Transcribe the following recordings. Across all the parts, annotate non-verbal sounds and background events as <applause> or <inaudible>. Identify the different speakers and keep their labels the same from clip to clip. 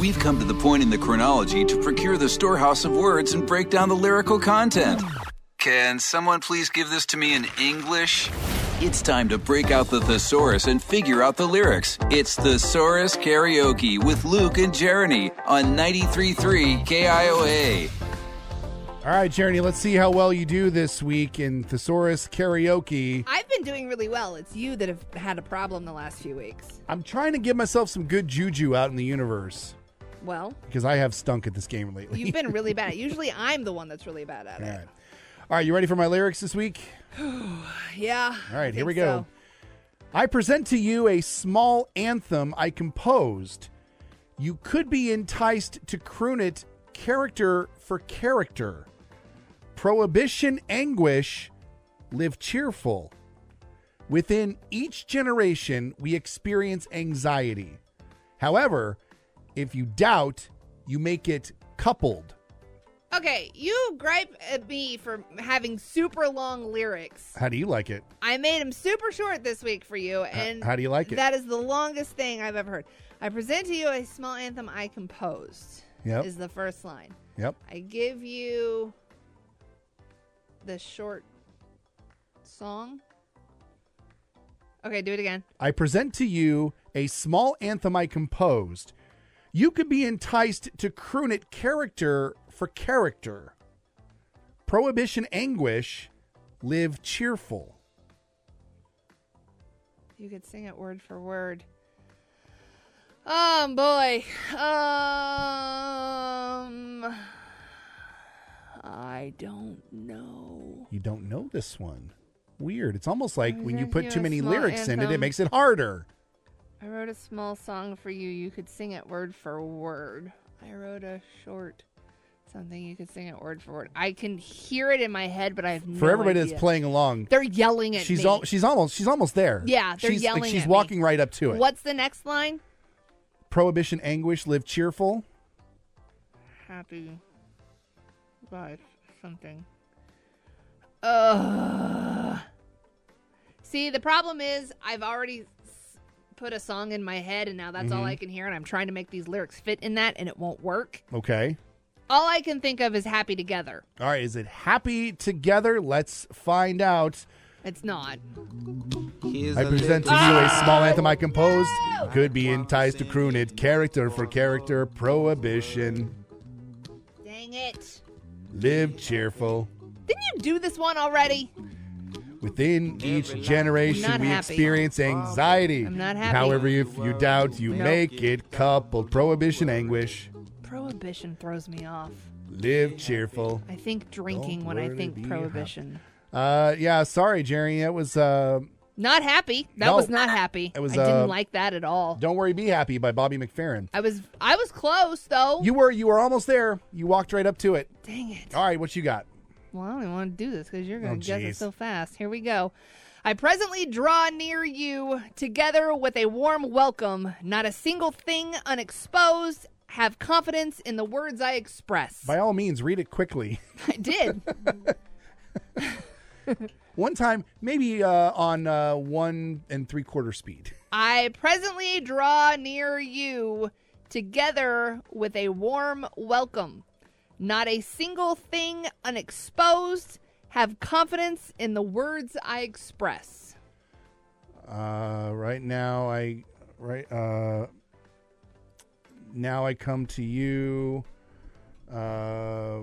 Speaker 1: We've come to the point in the chronology to procure the storehouse of words and break down the lyrical content. Can someone please give this to me in English? It's time to break out the thesaurus and figure out the lyrics. It's Thesaurus Karaoke with Luke and Jeremy on 93.3 KIOA.
Speaker 2: All right, Jeremy, let's see how well you do this week in Thesaurus Karaoke.
Speaker 3: I've been doing really well. It's you that have had a problem the last few weeks.
Speaker 2: I'm trying to give myself some good juju out in the universe
Speaker 3: Well,
Speaker 2: because I have stunk at this game lately.
Speaker 3: you've been really
Speaker 2: <laughs>
Speaker 3: bad. Usually I'm the one that's really bad at
Speaker 2: All
Speaker 3: it.
Speaker 2: right. All right, you ready for my lyrics this week?
Speaker 3: Yeah.
Speaker 2: All right, here we go. I present to you a small anthem I composed. You could be enticed to croon it character for character. Prohibition anguish, live cheerful. Within each generation, we experience anxiety. However, if you doubt, you make it coupled.
Speaker 3: Okay, you gripe at me for having super long lyrics.
Speaker 2: How do you like it?
Speaker 3: I made them super short this week for you, and
Speaker 2: how do you like it?
Speaker 3: That is the longest thing I've ever heard. I present to you a small anthem I composed.
Speaker 2: Yep.
Speaker 3: Is the first line.
Speaker 2: Yep.
Speaker 3: I give you the short song. Okay, do it again.
Speaker 2: I present to you a small anthem I composed. You could be enticed to croon it character for character. Prohibition anguish, live cheerful.
Speaker 3: You could sing it word for word. Um, boy. Um, I don't know.
Speaker 2: You don't know this one. Weird. It's almost like when you
Speaker 3: Present you
Speaker 2: put too
Speaker 3: a
Speaker 2: many
Speaker 3: small
Speaker 2: lyrics in it, it
Speaker 3: anthem.
Speaker 2: makes it harder.
Speaker 3: I wrote a small song for you. You could sing it word for word. I wrote a short something. You could sing it word for word. I can hear it in my head, but I have
Speaker 2: For everybody that's playing along,
Speaker 3: They're yelling at me.
Speaker 2: she's al- she's almost she's almost there.
Speaker 3: Yeah, they're
Speaker 2: she's,
Speaker 3: yelling
Speaker 2: Like, she's
Speaker 3: at me.
Speaker 2: walking right up to it.
Speaker 3: What's the next line?
Speaker 2: Prohibition anguish, live cheerful.
Speaker 3: Happy life, something. Ugh. See, the problem is I've already s- put a song in my head, and now that's
Speaker 2: Mm-hmm.
Speaker 3: all I can hear, and I'm trying to make these lyrics fit in that, and it won't work.
Speaker 2: Okay.
Speaker 3: All I can think of is happy together.
Speaker 2: All right, is it happy together? Let's find out.
Speaker 3: It's not.
Speaker 2: I present to you a small anthem I composed. Could be enticed to croon it, character for character, prohibition.
Speaker 3: Dang it.
Speaker 2: Live cheerful.
Speaker 3: Didn't you do this one already?
Speaker 2: Within each
Speaker 3: I'm
Speaker 2: generation,
Speaker 3: not
Speaker 2: we
Speaker 3: happy.
Speaker 2: experience anxiety.
Speaker 3: I'm not happy.
Speaker 2: However, if you doubt, you make it coupled. Prohibition anguish.
Speaker 3: Prohibition throws me off.
Speaker 2: Live cheerful.
Speaker 3: I think drinking when I
Speaker 2: worry, be
Speaker 3: think
Speaker 2: happy.
Speaker 3: prohibition.
Speaker 2: Uh, yeah, sorry, Jerry. That was uh,
Speaker 3: Not happy. That
Speaker 2: No. Ah.
Speaker 3: was not happy.
Speaker 2: It was,
Speaker 3: I didn't
Speaker 2: uh,
Speaker 3: like that at all.
Speaker 2: "Don't Worry, Be Happy" by Bobby McFerrin.
Speaker 3: I was I was close though.
Speaker 2: You were you were almost there. You walked right up to it.
Speaker 3: Dang it.
Speaker 2: All right, what you got?
Speaker 3: Well, I don't even want to do this because you're going
Speaker 2: Oh,
Speaker 3: to guess it
Speaker 2: jeez.
Speaker 3: so fast. Here we go. I presently draw near you together with a warm welcome, not a single thing unexposed. Have confidence in the words I express.
Speaker 2: By all means, read it quickly. <laughs>
Speaker 3: I did.
Speaker 2: One time, maybe uh, on uh, one and three quarter speed.
Speaker 3: I presently draw near you together with a warm welcome. Not a single thing unexposed. Have confidence in the words I express.
Speaker 2: Uh, right now, I right uh, now I come to you, uh,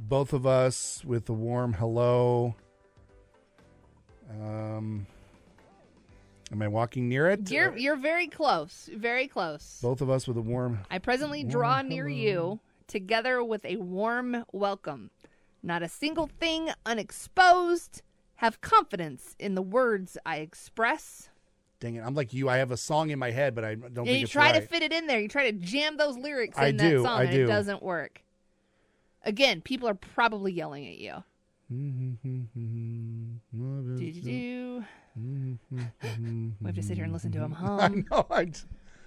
Speaker 2: both of us with a warm hello. Um, am I walking near it? Uh,
Speaker 3: You're you're very close. Very close.
Speaker 2: both of us with a warm.
Speaker 3: I presently draw near you together with a warm welcome. Not a single thing unexposed. Have confidence in the words I express.
Speaker 2: Dang it! I'm like you. I have a song in my head, but I don't
Speaker 3: Yeah,
Speaker 2: think
Speaker 3: you
Speaker 2: it's
Speaker 3: try
Speaker 2: right. <laughs>
Speaker 3: to fit it in there. You try to jam those lyrics in
Speaker 2: I
Speaker 3: that
Speaker 2: do,
Speaker 3: song,
Speaker 2: I
Speaker 3: and
Speaker 2: do.
Speaker 3: it doesn't work. Again, people are probably yelling at you.
Speaker 2: Mm-hmm.
Speaker 3: Do, do, do. <laughs> we have to sit here and listen to
Speaker 2: <laughs>
Speaker 3: them hum.
Speaker 2: no, Mm-hmm. Oh, I d-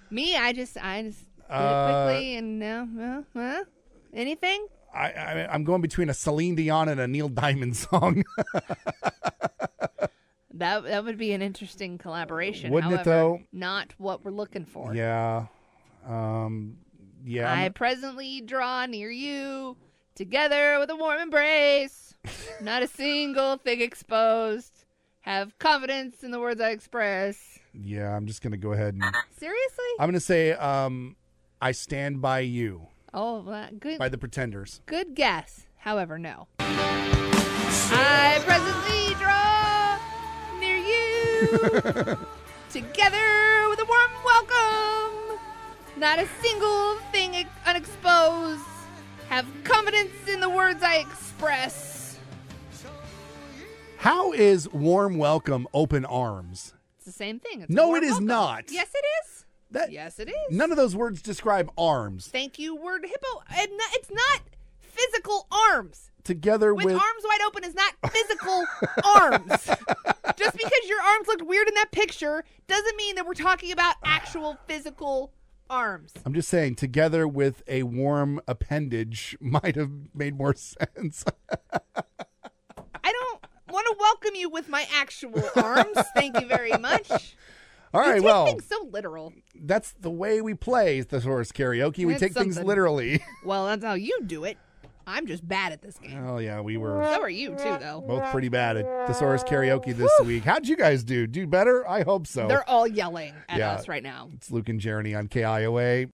Speaker 3: Me, I just, I just did
Speaker 2: Uh,
Speaker 3: it quickly and no, no, huh? anything.
Speaker 2: I, I I'm going between a Celine Dion and a Neil Diamond song.
Speaker 3: That that would be an interesting collaboration.
Speaker 2: Wouldn't it,
Speaker 3: However,
Speaker 2: though?
Speaker 3: Not what we're looking for.
Speaker 2: yeah. Um yeah.
Speaker 3: I
Speaker 2: I'm-
Speaker 3: presently draw near you, together with a warm embrace. Not a single thing exposed. Have confidence in the words I express.
Speaker 2: yeah, I'm just going to go ahead and
Speaker 3: Seriously?
Speaker 2: I'm going to say um I stand by you
Speaker 3: oh, well, good,
Speaker 2: by the Pretenders.
Speaker 3: good guess. However, no. I presently draw near you, together with a warm welcome. Not a single thing ex- unexposed. Have confidence in the words I express.
Speaker 2: How is warm welcome open arms?
Speaker 3: It's the same thing. It's a
Speaker 2: No,
Speaker 3: warm
Speaker 2: it is
Speaker 3: welcome.
Speaker 2: not.
Speaker 3: Yes, it is.
Speaker 2: That
Speaker 3: Yes, it is.
Speaker 2: none of those words describe arms.
Speaker 3: Thank you, word hippo. And no- It's not physical arms.
Speaker 2: Together
Speaker 3: With,
Speaker 2: with,
Speaker 3: arms wide open is not physical <laughs> arms. Just because your arms looked weird in that picture doesn't mean that we're talking about actual physical arms.
Speaker 2: I'm just saying together with a warm appendage <laughs> might have made more <laughs> sense.
Speaker 3: I don't want to welcome you with my
Speaker 2: <laughs>
Speaker 3: actual arms. Thank you very much.
Speaker 2: All
Speaker 3: you
Speaker 2: right,
Speaker 3: take
Speaker 2: well,
Speaker 3: things so literal.
Speaker 2: that's the way we play thesaurus karaoke. We
Speaker 3: That's
Speaker 2: take things
Speaker 3: something.
Speaker 2: literally. <laughs>
Speaker 3: Well, that's how you do it. I'm just bad at this game.
Speaker 2: Oh yeah, we were
Speaker 3: So are you too, though.
Speaker 2: both pretty bad at thesaurus karaoke this week. How'd you guys do? Do better? I hope so.
Speaker 3: They're all yelling at
Speaker 2: Yeah.
Speaker 3: us right now.
Speaker 2: it's Luke and Jeremy on KIOA.